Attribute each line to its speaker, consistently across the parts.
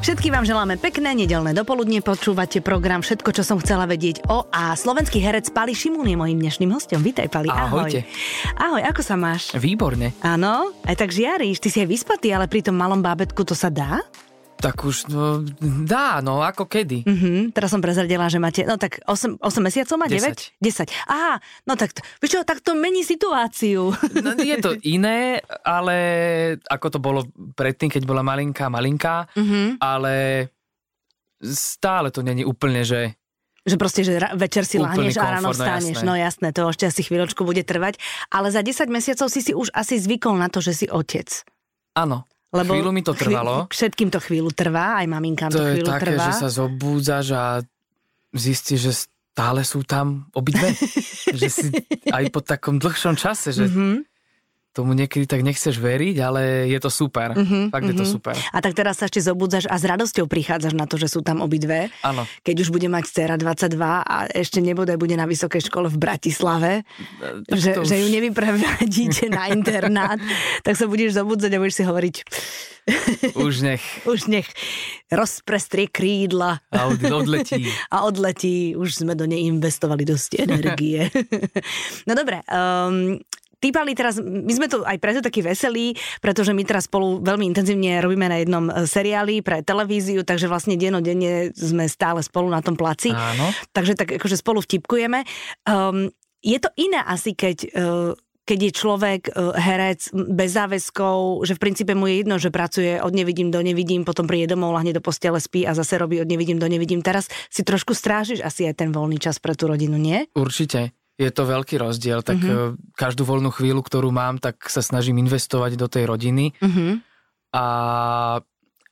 Speaker 1: Všetkým vám želáme pekné nedelné dopoludne. Počúvate program Všetko, čo som chcela vedieť o a slovenský herec Pali Šimún je mojím dnešným hostom. Vítaj, Pali.
Speaker 2: Ahojte.
Speaker 1: Ahoj, ako sa máš?
Speaker 2: Výborne.
Speaker 1: Áno, aj tak žiaríš, ty si aj vyspatý, ale pri tom malom bábetku to sa dá?
Speaker 2: Tak už, no, dá, no, ako kedy.
Speaker 1: Mhm, teraz som prezradila, že máte, no tak 8, 8 mesiacov má, 9?
Speaker 2: Desať.
Speaker 1: 10. Á, no tak, t- vieš čo, tak to mení situáciu.
Speaker 2: No, je to iné, ale ako to bolo predtým, keď bola malinká, malinká,
Speaker 1: Mhm.
Speaker 2: ale stále to není úplne, že
Speaker 1: Že proste, že ra- večer si
Speaker 2: Úplný
Speaker 1: lahneš a
Speaker 2: komfort, no
Speaker 1: ráno vstaneš.
Speaker 2: jasné.
Speaker 1: No jasné, to ešte asi chvíľočku bude trvať. Ale za 10 mesiacov si si už asi zvykol na to, že si otec.
Speaker 2: áno, Lebo chvíľu mi to trvalo.
Speaker 1: Chvíľ, všetkým to chvíľu trvá, aj maminkám
Speaker 2: to
Speaker 1: to,
Speaker 2: je
Speaker 1: chvíľu
Speaker 2: také,
Speaker 1: trvá.
Speaker 2: že sa zobúdzaš a zistíš, že stále sú tam obidve. že si aj po takom dlhšom čase, že
Speaker 1: Mhm,
Speaker 2: tomu niekedy tak nechceš veriť, ale je to super.
Speaker 1: mhm,
Speaker 2: Fakt je to
Speaker 1: mhm.
Speaker 2: super.
Speaker 1: A tak teraz sa ešte zobudzaš a s radosťou prichádzaš na to, že sú tam obidve.
Speaker 2: Áno,
Speaker 1: Keď už bude mať dcera 22 a ešte nebodaj bude na vysokej škole v Bratislave,
Speaker 2: e, tak
Speaker 1: že,
Speaker 2: to už-
Speaker 1: že ju nevypravadíte na internát, tak sa budeš zobudzať a budeš si hovoriť,
Speaker 2: už nech
Speaker 1: už nech rozprestrie krídla
Speaker 2: Audi odletí.
Speaker 1: a odletí, už sme do nej investovali dosť energie. no dobre, um, ty Pali, teraz, my sme tu aj preto takí veselí, pretože my teraz spolu veľmi intenzívne robíme na jednom eh, seriáli pre televíziu, takže vlastne denodenne sme stále spolu na tom placi.
Speaker 2: Áno.
Speaker 1: Takže tak akože spolu vtipkujeme. Um, je to iné asi, keď, uh, keď je človek uh, herec m, bez záväzkov, že v princípe mu je jedno, že pracuje od nevidím do nevidím, potom príde domov, lahne do postele, spí a zase robí od nevidím do nevidím. Teraz si trošku strážiš asi aj ten voľný čas pre tú rodinu, nie?
Speaker 2: Určite. Je to veľký rozdiel,
Speaker 1: Mhm.
Speaker 2: tak mm-hmm. každú voľnú chvíľu, ktorú mám, tak sa snažím investovať do tej rodiny
Speaker 1: Uh-huh.
Speaker 2: a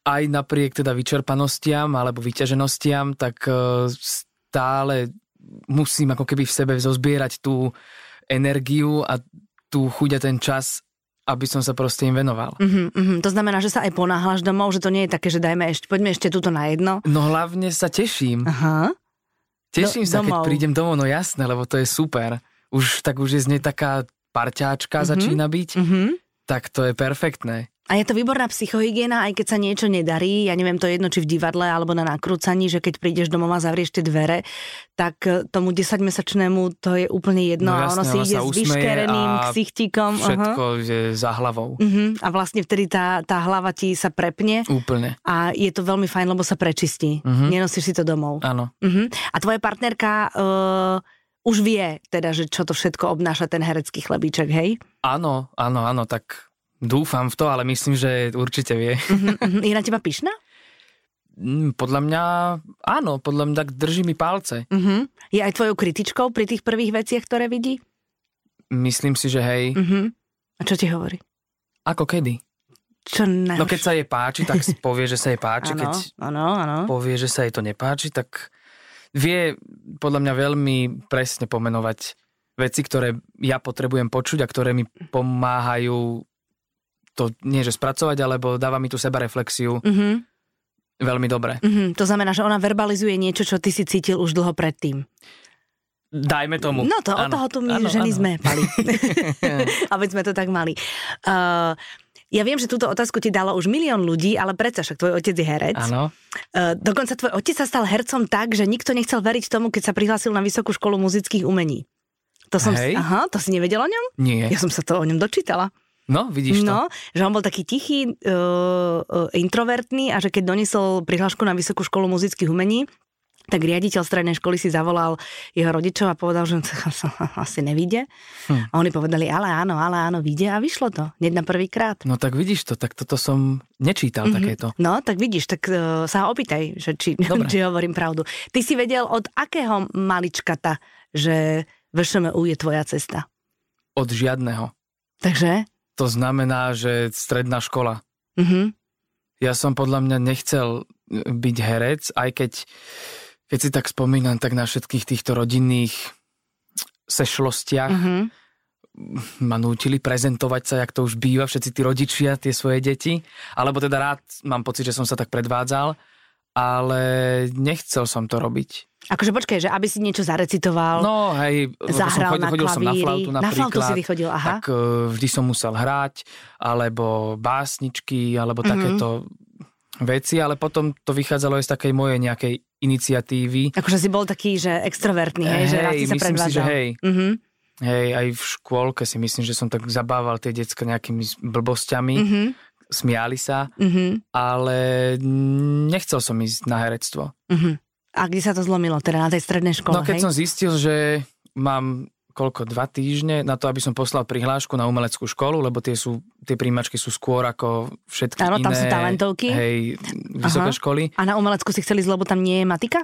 Speaker 2: aj napriek teda vyčerpanostiam alebo vyťaženostiam, tak eh, stále musím ako keby v sebe zozbierať tú energiu a tú chuť a ten čas, aby som sa proste im venoval.
Speaker 1: Uh-huh, uh-huh. To znamená, že sa aj ponáhľaš domov, že to nie je také, že dajme ešte, poďme ešte túto na jedno.
Speaker 2: No hlavne sa teším.
Speaker 1: Aha.
Speaker 2: Teším
Speaker 1: Do-
Speaker 2: sa, keď
Speaker 1: No, domov.
Speaker 2: prídem domov, no jasné, lebo to je super. Už tak už je z nej taká parťáčka
Speaker 1: Mhm.
Speaker 2: začína byť,
Speaker 1: Uh-huh.
Speaker 2: tak to je perfektné.
Speaker 1: A je to výborná psychohygiena, aj keď sa niečo nedarí, ja neviem, to je jedno či v divadle alebo na nakrúcaní, že keď prídeš domov a zavrieš tie dvere, tak e, tomu 10-mesačnému to je úplne jedno
Speaker 2: No
Speaker 1: a ono
Speaker 2: jasné,
Speaker 1: si
Speaker 2: ona
Speaker 1: ide
Speaker 2: sa
Speaker 1: s
Speaker 2: usmeje
Speaker 1: vyškereným
Speaker 2: a
Speaker 1: ksichtíkom.
Speaker 2: Všetko je za hlavou.
Speaker 1: Uh-huh. A vlastne vtedy tá, tá hlava ti sa prepne
Speaker 2: Úplne,
Speaker 1: a je to veľmi fajn, lebo sa prečistí.
Speaker 2: Mhm.
Speaker 1: Nenosíš si to domov.
Speaker 2: áno.
Speaker 1: Uh-huh. A tvoja partnerka uh, už vie teda, že čo to všetko obnáša ten herecký chlebíček, hej?
Speaker 2: Áno, áno, áno, tak dúfam v to, ale myslím, že určite vie.
Speaker 1: Uh-huh, uh-huh. Je na teba pyšná?
Speaker 2: Mm, Podľa mňa, áno, podľa mňa tak drží mi palce.
Speaker 1: Uh-huh. Je aj tvojou kritičkou pri tých prvých veciach, ktoré vidí?
Speaker 2: Myslím si, že hej,
Speaker 1: Uh-huh. A čo ti hovorí?
Speaker 2: ako kedy.
Speaker 1: Čo najhoršie?
Speaker 2: No keď sa jej páči, tak povie, že sa jej páči,
Speaker 1: áno,
Speaker 2: keď
Speaker 1: áno, áno.
Speaker 2: povie, že sa jej to nepáči, tak vie podľa mňa veľmi presne pomenovať veci, ktoré ja potrebujem počuť a ktoré mi pomáhajú to nie že spracovať, alebo dáva mi tú sebareflexiu
Speaker 1: Uh-huh,
Speaker 2: veľmi dobre.
Speaker 1: uh-huh. To znamená, že ona verbalizuje niečo, čo ty si cítil už dlho predtým.
Speaker 2: Dajme tomu.
Speaker 1: No to, od
Speaker 2: Áno,
Speaker 1: toho tu my
Speaker 2: áno, áno.
Speaker 1: ženy sme, Pali. Aby sme to tak mali. Uh, ja viem, že túto otázku ti dalo už milión ľudí, ale predsa však tvoj otec je herec.
Speaker 2: Áno,
Speaker 1: Uh, dokonca tvoj otec sa stal hercom tak, že nikto nechcel veriť tomu, keď sa prihlásil na Vysokú školu muzických umení. To som,
Speaker 2: Hej.
Speaker 1: aha, to si nevedel o ňom?
Speaker 2: nie.
Speaker 1: Ja som sa to o ňom dočítala.
Speaker 2: No, vidíš to.
Speaker 1: no, že on bol taký tichý, uh, uh, introvertný a že keď donesol prihlášku na Vysokú školu muzických umení, tak riaditeľ strednej školy si zavolal jeho rodičov a povedal, že on sa asi nevíde. Hm.
Speaker 2: Hm.
Speaker 1: A oni povedali, ale áno, ale áno, vyjde a vyšlo to. Hneď na prvýkrát.
Speaker 2: No tak vidíš to, tak toto som nečítal takéto.
Speaker 1: No, tak vidíš, tak uh, sa ho opýtaj, že či,
Speaker 2: Dobre.
Speaker 1: či hovorím pravdu. Ty si vedel od akého maličkata, že VŠMU je tvoja cesta.
Speaker 2: Od žiadneho.
Speaker 1: Takže?
Speaker 2: To znamená, že stredná škola.
Speaker 1: Mhm.
Speaker 2: Ja som podľa mňa nechcel e, byť herec, aj keď, keď si tak spomínam, tak na všetkých týchto rodinných sešlostiach
Speaker 1: Mhm.
Speaker 2: ma nútili prezentovať sa, jak to už býva, všetci tí rodičia, tie svoje deti. Alebo teda rád, mám pocit, že som sa tak predvádzal, ale nechcel som to robiť.
Speaker 1: Akože počkaj, že aby si niečo zarecitoval.
Speaker 2: No hej, lebo som
Speaker 1: Zahral
Speaker 2: chodil,
Speaker 1: na
Speaker 2: chodil som na
Speaker 1: klavíri.
Speaker 2: flautu
Speaker 1: Na
Speaker 2: napríklad.
Speaker 1: flautu si vychodil, aha.
Speaker 2: Tak eh, vždy som musel hrať, alebo básničky, alebo
Speaker 1: Mhm.
Speaker 2: takéto veci, ale potom to vychádzalo aj z takej mojej nejakej iniciatívy.
Speaker 1: Akože si bol taký, že extrovertný, hej, že rád si sa
Speaker 2: myslím si, že
Speaker 1: predvádzal.
Speaker 2: hej,
Speaker 1: Mhm,
Speaker 2: hej, aj v škôlke si myslím, že som tak zabával tie decka nejakými blbosťami,
Speaker 1: mhm,
Speaker 2: smiali sa,
Speaker 1: mhm,
Speaker 2: ale nechcel som ísť na herectvo.
Speaker 1: mhm. A kde sa to zlomilo? Teda na tej strednej škole,
Speaker 2: No keď
Speaker 1: hej?
Speaker 2: som zistil, že mám koľko, dva týždne na to, aby som poslal prihlášku na umeleckú školu, lebo tie, sú, tie príjmačky sú skôr ako všetky
Speaker 1: Áno,
Speaker 2: iné.
Speaker 1: tam sú talentovky.
Speaker 2: Hej, vysoké
Speaker 1: Aha.
Speaker 2: školy.
Speaker 1: A na umelecku si chceli ísť, lebo tam nie je matika?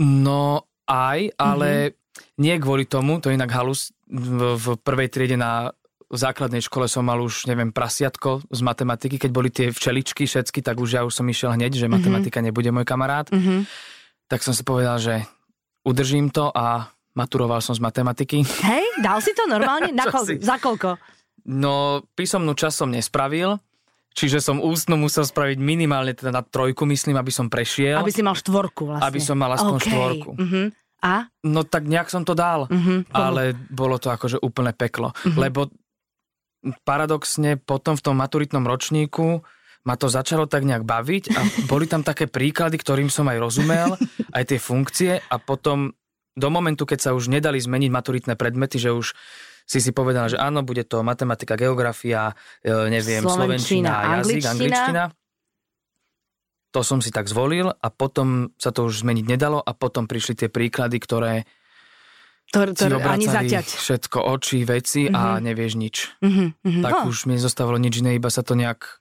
Speaker 2: No aj, ale
Speaker 1: Mhm.
Speaker 2: nie kvôli tomu, to je inak halus. V, v prvej triede na základnej škole som mal už, neviem, prasiatko z matematiky, keď boli tie včeličky všetky, tak už ja už som išiel hneď, že matematika nebude môj kamarát.
Speaker 1: Mhm.
Speaker 2: Tak som si povedal, že udržím to a maturoval som z matematiky.
Speaker 1: Hej, dal si to normálne? Na
Speaker 2: Čo
Speaker 1: kol-
Speaker 2: si?
Speaker 1: za koľko?
Speaker 2: No, písomnú časť som nespravil, čiže som ústnu musel spraviť minimálne teda na trojku, myslím, aby som prešiel.
Speaker 1: Aby si mal štvorku vlastne.
Speaker 2: No. Aby som mal aspoň
Speaker 1: Okej,
Speaker 2: štvorku.
Speaker 1: mhm. A?
Speaker 2: No tak nejak som to dal.
Speaker 1: Mhm, ale...
Speaker 2: ale bolo to akože úplne peklo.
Speaker 1: Mhm.
Speaker 2: Mm-hmm. Lebo paradoxne potom v tom maturitnom ročníku ma to začalo tak nejak baviť a boli tam také príklady, ktorým som aj rozumel, aj tie funkcie a potom do momentu, keď sa už nedali zmeniť maturitné predmety, že už si si povedal, že áno, bude to matematika, geografia, e, neviem,
Speaker 1: Slovenčina,
Speaker 2: slovenčina, jazyk,
Speaker 1: angličtina.
Speaker 2: angličtina. To som si tak zvolil a potom sa to už zmeniť nedalo a potom prišli tie príklady, ktoré
Speaker 1: To, to,
Speaker 2: si
Speaker 1: ani
Speaker 2: obracali
Speaker 1: zaťať.
Speaker 2: všetko oči, veci mm-hmm. a nevieš nič.
Speaker 1: Mhm, mhm.
Speaker 2: Tak
Speaker 1: No,
Speaker 2: už mi nezostávalo nič iné, iba sa to nejak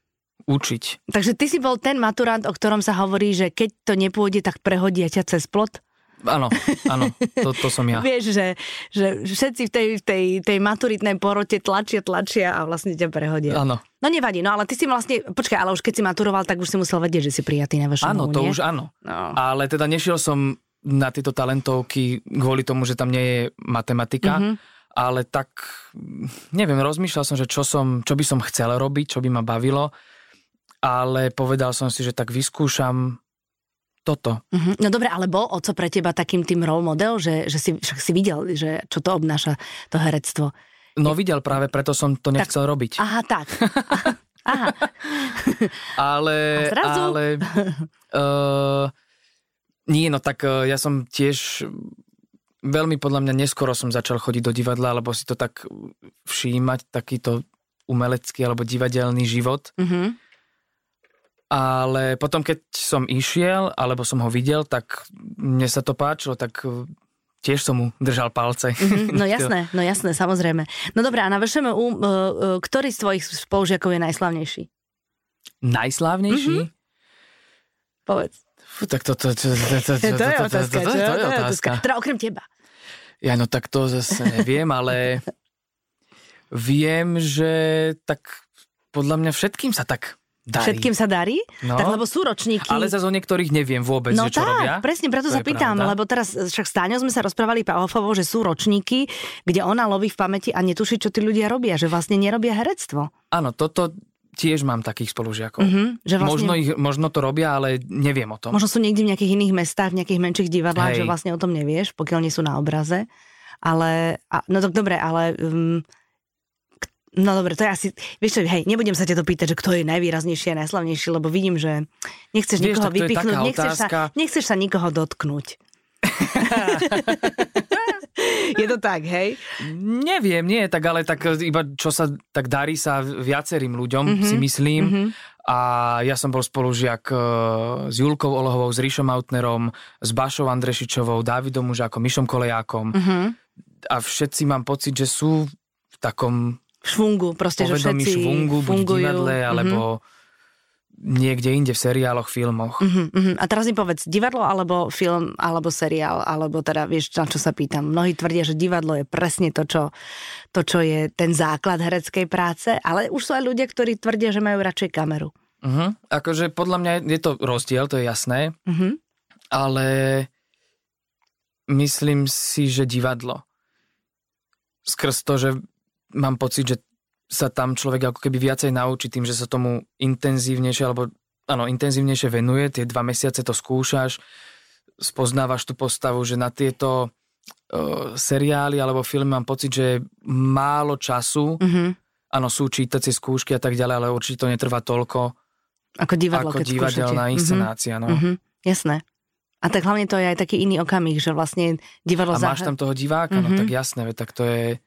Speaker 2: učiť.
Speaker 1: Takže ty si bol ten maturant, o ktorom sa hovorí, že keď to nepôjde, tak prehodia ťa cez plot.
Speaker 2: Áno, áno, to, to som ja.
Speaker 1: Vieš, že, že všetci v tej, v tej, tej maturitnej porote tlačia, tlačia a vlastne ťa prehodia.
Speaker 2: Áno,
Speaker 1: No nevadí, no ale ty si vlastne, počkaj, ale už keď si maturoval, tak už si musel vedieť, že si prijatý na vašu
Speaker 2: áno, to
Speaker 1: nie?
Speaker 2: už áno.
Speaker 1: No.
Speaker 2: Ale teda nešiel som na tieto talentovky kvôli tomu, že tam nie je matematika,
Speaker 1: Mhm.
Speaker 2: mm-hmm. ale tak, mm, neviem, rozmýšľal som, že čo, som, čo by som chcel robiť, čo by ma bavilo, ale povedal som si, že tak vyskúšam toto.
Speaker 1: Mhm. No dobre, ale bol oco pre teba takým tým role model, že, že si, však si videl, že čo to obnáša to herectvo.
Speaker 2: No videl práve, preto som to nechcel robiť.
Speaker 1: Aha, tak. Aha,
Speaker 2: Ale,
Speaker 1: A zrazu?
Speaker 2: ale uh, nie, no tak uh, ja som tiež veľmi podľa mňa neskoro som začal chodiť do divadla, lebo si to tak všímať, takýto umelecký alebo divadelný život.
Speaker 1: mhm.
Speaker 2: Ale potom, keď som išiel, alebo som ho videl, tak mne sa to páčilo, tak uh, tiež som mu držal palce.
Speaker 1: Mhm, No jasné, no jasné, samozrejme. No dobré, a na VŠMU, uh, uh, ktorý z tvojich spolužiakov je najslavnejší?
Speaker 2: Najslávnejší? Mm-hmm.
Speaker 1: Povedz.
Speaker 2: Fú, tak toto... To, to, to, to, to, to, to, to, to je otázka.
Speaker 1: Teda okrem teba.
Speaker 2: Ja no tak to zase neviem, ale viem, že tak podľa mňa všetkým sa tak darí.
Speaker 1: Všetkým sa darí?
Speaker 2: No.
Speaker 1: Tak lebo sú ročníky.
Speaker 2: Ale zase o niektorých neviem vôbec,
Speaker 1: No
Speaker 2: že čo
Speaker 1: tak,
Speaker 2: robia.
Speaker 1: presne, preto
Speaker 2: To
Speaker 1: sa
Speaker 2: je
Speaker 1: pýtam,
Speaker 2: pravda.
Speaker 1: lebo teraz e, však s Táňou sme sa rozprávali Paofovou, že sú ročníky, kde ona loví v pamäti a netuší, čo tí ľudia robia, že vlastne nerobia herectvo.
Speaker 2: Áno, toto tiež mám takých spolužiakov.
Speaker 1: Mhm, že vlastne,
Speaker 2: možno, ich, možno to robia, ale neviem o tom.
Speaker 1: možno sú niekde v nejakých iných mestách, v nejakých menších divadlách,
Speaker 2: Hej.
Speaker 1: že vlastne o tom nevieš, pokiaľ nie sú na obraze. Ale, a, no tak dobre, ale... Um, k- No dobre, to je asi... Vieš čo, hej, nebudem sa ťa to pýtať, že kto je najvýraznejší a najslavnejší, lebo vidím, že nechceš
Speaker 2: Vieš,
Speaker 1: nikoho
Speaker 2: tak to je
Speaker 1: vypichnúť,
Speaker 2: taká
Speaker 1: nechceš sa,
Speaker 2: otázka.
Speaker 1: nechceš sa nikoho dotknúť. je to tak, hej?
Speaker 2: Neviem, nie, tak ale tak iba čo sa tak darí sa viacerým ľuďom,
Speaker 1: Mhm,
Speaker 2: mm-hmm. si myslím.
Speaker 1: mhm.
Speaker 2: Mm-hmm. A ja som bol spolužiak e, s Julkou Olohovou, s Ríšom Autnerom, s Bašou Andrešičovou, Dávidom Užákom, Mišom Kolejákom.
Speaker 1: Uh-huh.
Speaker 2: a všetci mám pocit, že sú v takom
Speaker 1: Švungu, proste, že
Speaker 2: povedomí
Speaker 1: všetci
Speaker 2: švungu, buď v
Speaker 1: fungujú. Mhm.
Speaker 2: divadle, alebo niekde inde v seriáloch, filmoch.
Speaker 1: Uh-huh, uh-huh. A teraz mi povedz, divadlo alebo film, alebo seriál, alebo teda vieš, na čo sa pýtam. Mnohí tvrdia, že divadlo je presne to, čo, to, čo je ten základ hereckej práce, ale už sú aj ľudia, ktorí tvrdia, že majú radšej kameru.
Speaker 2: Mhm. Akože podľa mňa je to rozdiel, to je jasné,
Speaker 1: Uh-huh.
Speaker 2: ale myslím si, že divadlo. Skrz to, že mám pocit, že sa tam človek ako keby viacej naučí tým, že sa tomu intenzívnejšie alebo áno, intenzívnejšie venuje, tie dva mesiace to skúšaš, spoznávaš tú postavu, že na tieto e, seriály alebo filmy mám pocit, že je málo času,
Speaker 1: Uh-huh.
Speaker 2: áno, sú čítacie skúšky a tak ďalej, ale určite to netrvá toľko,
Speaker 1: Ako divadlo,
Speaker 2: ako
Speaker 1: keď skúšate.
Speaker 2: divadelná inscenácia. No.
Speaker 1: Mhm, mhm, jasné. A tak hlavne to je aj taký iný okamih, že vlastne
Speaker 2: A
Speaker 1: divadlo
Speaker 2: máš
Speaker 1: zahra-
Speaker 2: tam toho diváka,
Speaker 1: Mhm.
Speaker 2: no tak jasné, veď tak to je,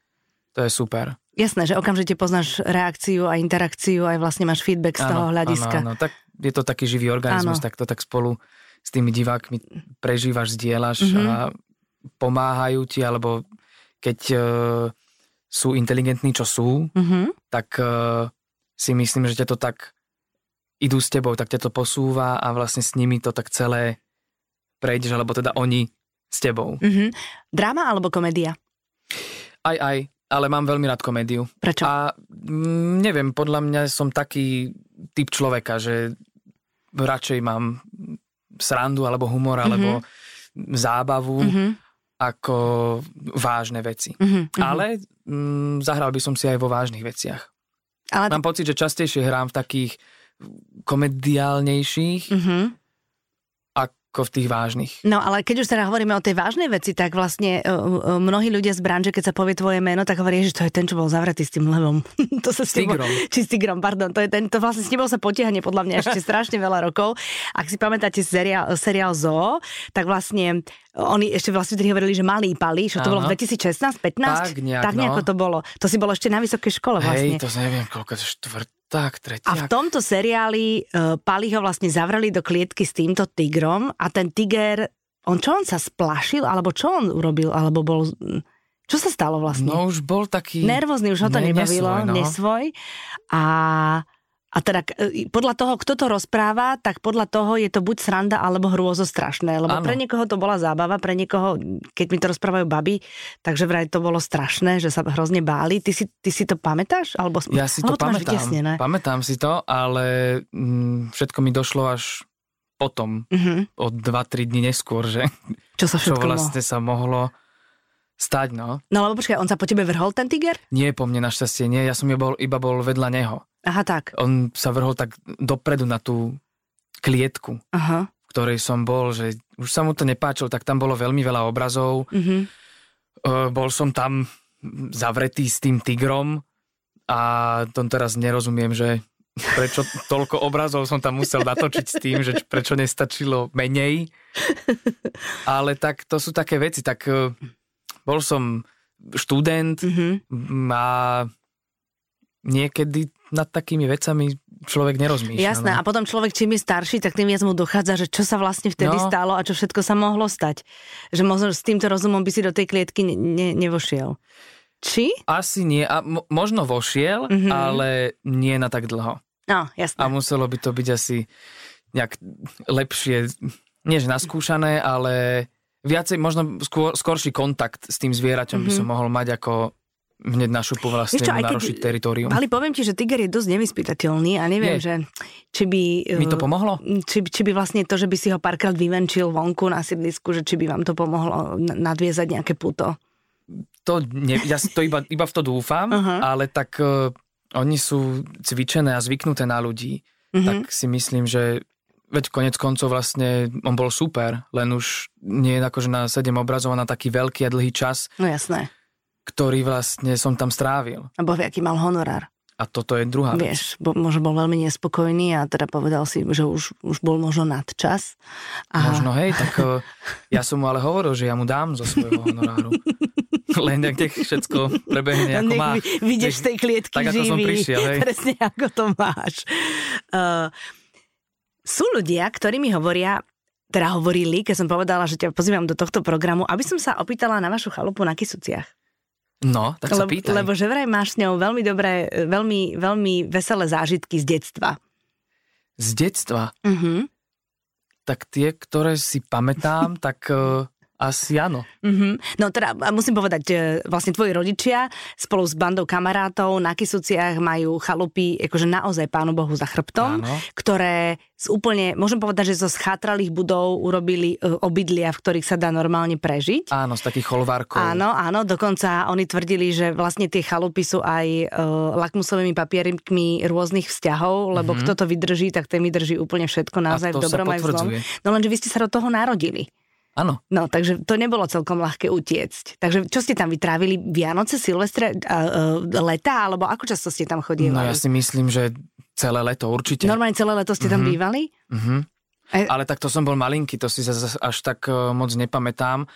Speaker 2: to je super.
Speaker 1: Jasné, že okamžite poznáš reakciu a interakciu, aj vlastne máš feedback z toho hľadiska.
Speaker 2: Áno, áno, tak je to taký živý organizmus,
Speaker 1: Áno.
Speaker 2: tak to tak spolu s tými divákmi prežívaš, zdieľaš
Speaker 1: Mhm.
Speaker 2: a pomáhajú ti, alebo keď e, sú inteligentní, čo sú,
Speaker 1: Mhm,
Speaker 2: tak e, si myslím, že ťa to tak idú s tebou, tak ťa to posúva a vlastne s nimi to tak celé prejdeš, alebo teda oni s tebou.
Speaker 1: mhm. Dráma alebo komédia?
Speaker 2: Aj, aj, ale mám veľmi rád komédiu.
Speaker 1: Prečo?
Speaker 2: A mm, neviem, podľa mňa som taký typ človeka, že radšej mám srandu alebo humor alebo zábavu
Speaker 1: Mhm,
Speaker 2: ako vážne veci.
Speaker 1: mhm, mhm.
Speaker 2: Ale mm, zahral by som si aj vo vážnych veciach.
Speaker 1: Ale...
Speaker 2: Mám pocit, že častejšie hrám v takých komediálnejších
Speaker 1: Mhm.
Speaker 2: ako v tých vážnych.
Speaker 1: No ale keď už teda hovoríme o tej vážnej veci, tak vlastne e, e, mnohí ľudia z branže, keď sa povie tvoje meno, tak hovorí, že to je ten, čo bol zavretý s tým levom. to sa s tebou-
Speaker 2: tigrom.
Speaker 1: Či s tigrom, pardon. To je ten, to vlastne s tebou sa potiahne podľa mňa ešte strašne veľa rokov. Ak si pamätáte seriál, seriál Zoo, tak vlastne oni ešte vlastne vtedy hovorili, že malý palí, že to bolo
Speaker 2: Áno.
Speaker 1: v 2016, 15?
Speaker 2: Tak nejak,
Speaker 1: tak nejako
Speaker 2: no.
Speaker 1: to bolo. To si bolo ešte na vysokej škole vlastne.
Speaker 2: Hej, to neviem, koľko, štvrták,
Speaker 1: A v
Speaker 2: tretiak.
Speaker 1: tomto seriáli uh, Pali ho vlastne zavreli do klietky s týmto tigrom a ten tiger, on čo on sa splašil, alebo čo on urobil, alebo bol... Čo sa stalo vlastne?
Speaker 2: No už bol taký...
Speaker 1: Nervózny, už ho to
Speaker 2: Ne-
Speaker 1: nebavilo,
Speaker 2: nesvoj, no.
Speaker 1: nesvoj. A, a teda e, podľa toho, kto to rozpráva, tak podľa toho je to buď sranda, alebo hrôzostrašné. Lebo
Speaker 2: Áno.
Speaker 1: pre niekoho to bola zábava, pre niekoho, keď mi to rozprávajú baby, takže vraj to bolo strašné, že sa hrozne báli. Ty si, ty si to pamätáš? Alebo,
Speaker 2: Ja si to
Speaker 1: alebo
Speaker 2: pamätám.
Speaker 1: máš vytiesnené?
Speaker 2: Pamätám si to, ale mm, všetko mi došlo až potom,
Speaker 1: Mhm.
Speaker 2: o 2-3 dní neskôr, že
Speaker 1: Čo sa
Speaker 2: čo
Speaker 1: všetko mohlo?
Speaker 2: vlastne sa mohlo stať, no.
Speaker 1: No lebo počkaj, on sa po tebe vrhol ten tiger?
Speaker 2: Nie po mne našťastie, nie, ja som ja bol, iba bol vedľa neho.
Speaker 1: Aha, tak.
Speaker 2: On sa vrhol tak dopredu na tú klietku,
Speaker 1: Aha.
Speaker 2: v ktorej som bol, že už sa mu to nepáčilo, tak tam bolo veľmi veľa obrazov,
Speaker 1: Mhm.
Speaker 2: E, bol som tam zavretý s tým tigrom a tom teraz nerozumiem, že prečo toľko obrazov som tam musel natočiť s tým, že č- prečo nestačilo menej. Ale tak to sú také veci. Tak e, bol som študent
Speaker 1: Mhm.
Speaker 2: m, a niekedy nad takými vecami človek nerozmýšľa.
Speaker 1: Jasné, a
Speaker 2: no.
Speaker 1: potom človek čím je starší, tak tým viac mu dochádza, že čo sa vlastne vtedy
Speaker 2: No.
Speaker 1: stalo a čo všetko sa mohlo stať. Že možno s týmto rozumom by si do tej klietky ne- ne- nevošiel. Či?
Speaker 2: Asi nie. A mo- možno vošiel,
Speaker 1: Mhm.
Speaker 2: ale nie na tak dlho.
Speaker 1: No,
Speaker 2: A
Speaker 1: jasné.
Speaker 2: muselo by to byť asi nejak lepšie, než naskúšané, ale viacej, možno skôr, skorší kontakt s tým zvieraťom mm-hmm. by som mohol mať ako hneď na šupu vlastne
Speaker 1: Mhm. Vieš čo,
Speaker 2: mu
Speaker 1: aj keď- e,
Speaker 2: narušiť teritorium.
Speaker 1: Ale poviem ti, že tiger je dosť nevyspytateľný a neviem,
Speaker 2: Je.
Speaker 1: že či by...
Speaker 2: Mi to
Speaker 1: eh,
Speaker 2: pomohlo?
Speaker 1: či, či by vlastne to, že by si ho párkrát vyvenčil vonku na sídlisku, že či by vám to pomohlo n- nadviezať nejaké puto.
Speaker 2: To ne, ja si to iba, iba v to dúfam,
Speaker 1: Aha.
Speaker 2: ale tak uh, oni sú cvičené a zvyknuté na ľudí,
Speaker 1: Mhm.
Speaker 2: tak si myslím, že veď konec koncov vlastne on bol super, len už nie akože na sedem obrazov a na taký veľký a dlhý čas,
Speaker 1: No jasné.
Speaker 2: ktorý vlastne som tam strávil.
Speaker 1: Alebo aký mal honorár.
Speaker 2: A toto je druhá vec.
Speaker 1: Vieš, bo, možno bol veľmi nespokojný a teda povedal si, že už, už bol možno nadčas. A
Speaker 2: Možno, hej, tak e, ja som mu ale hovoril, že ja mu dám zo svojho honoráru. Len nech nech všetko prebehne, ako
Speaker 1: nech
Speaker 2: má.
Speaker 1: vi- Vidieš z tej klietky
Speaker 2: tak, ako
Speaker 1: živý.
Speaker 2: som prišiel, hej.
Speaker 1: Presne ako to máš. Uh, sú ľudia, ktorí mi hovoria, teda hovorili, keď som povedala, že ťa pozývam do tohto programu, aby som sa opýtala na vašu chalupu na Kisuciach.
Speaker 2: No, tak sa
Speaker 1: lebo,
Speaker 2: pýtaj.
Speaker 1: lebo že vraj máš s ňou veľmi dobré, e, veľmi, veľmi veselé zážitky z detstva.
Speaker 2: Z detstva,
Speaker 1: Uh-huh.
Speaker 2: tak tie, ktoré si pamätám, tak e, asi áno.
Speaker 1: Mm-hmm. No teda a musím povedať, že vlastne tvoji rodičia spolu s bandou kamarátov na Kisuciach majú chalupy akože naozaj pánu Bohu za chrbtom,
Speaker 2: Áno.
Speaker 1: ktoré z úplne, môžem povedať, že zo schátralých budov urobili e, obydlia, v ktorých sa dá normálne prežiť.
Speaker 2: Áno, z takých cholvárkov.
Speaker 1: Áno, áno, dokonca oni tvrdili, že vlastne tie chalupy sú aj e, lakmusovými papierikmi rôznych vzťahov, lebo mm-hmm. kto to vydrží, tak ten vydrží úplne všetko
Speaker 2: Mhm.
Speaker 1: naozaj
Speaker 2: to
Speaker 1: v
Speaker 2: sa
Speaker 1: dobrom aj v zlom.
Speaker 2: potvrdzuje.
Speaker 1: No lenže vy ste sa do toho narodili.
Speaker 2: Áno.
Speaker 1: No, takže to nebolo celkom ľahké utiecť. Takže čo ste tam vytrávili? Vianoce, Silvestre, a, a, leta, alebo ako často ste tam
Speaker 2: No
Speaker 1: chodievali?
Speaker 2: ja si myslím, že Celé leto určite.
Speaker 1: Normálne celé leto ste tam
Speaker 2: Mhm.
Speaker 1: bývali?
Speaker 2: Mhm.
Speaker 1: E-
Speaker 2: Ale tak to som bol malinký, to si zase až tak eh, moc nepamätám,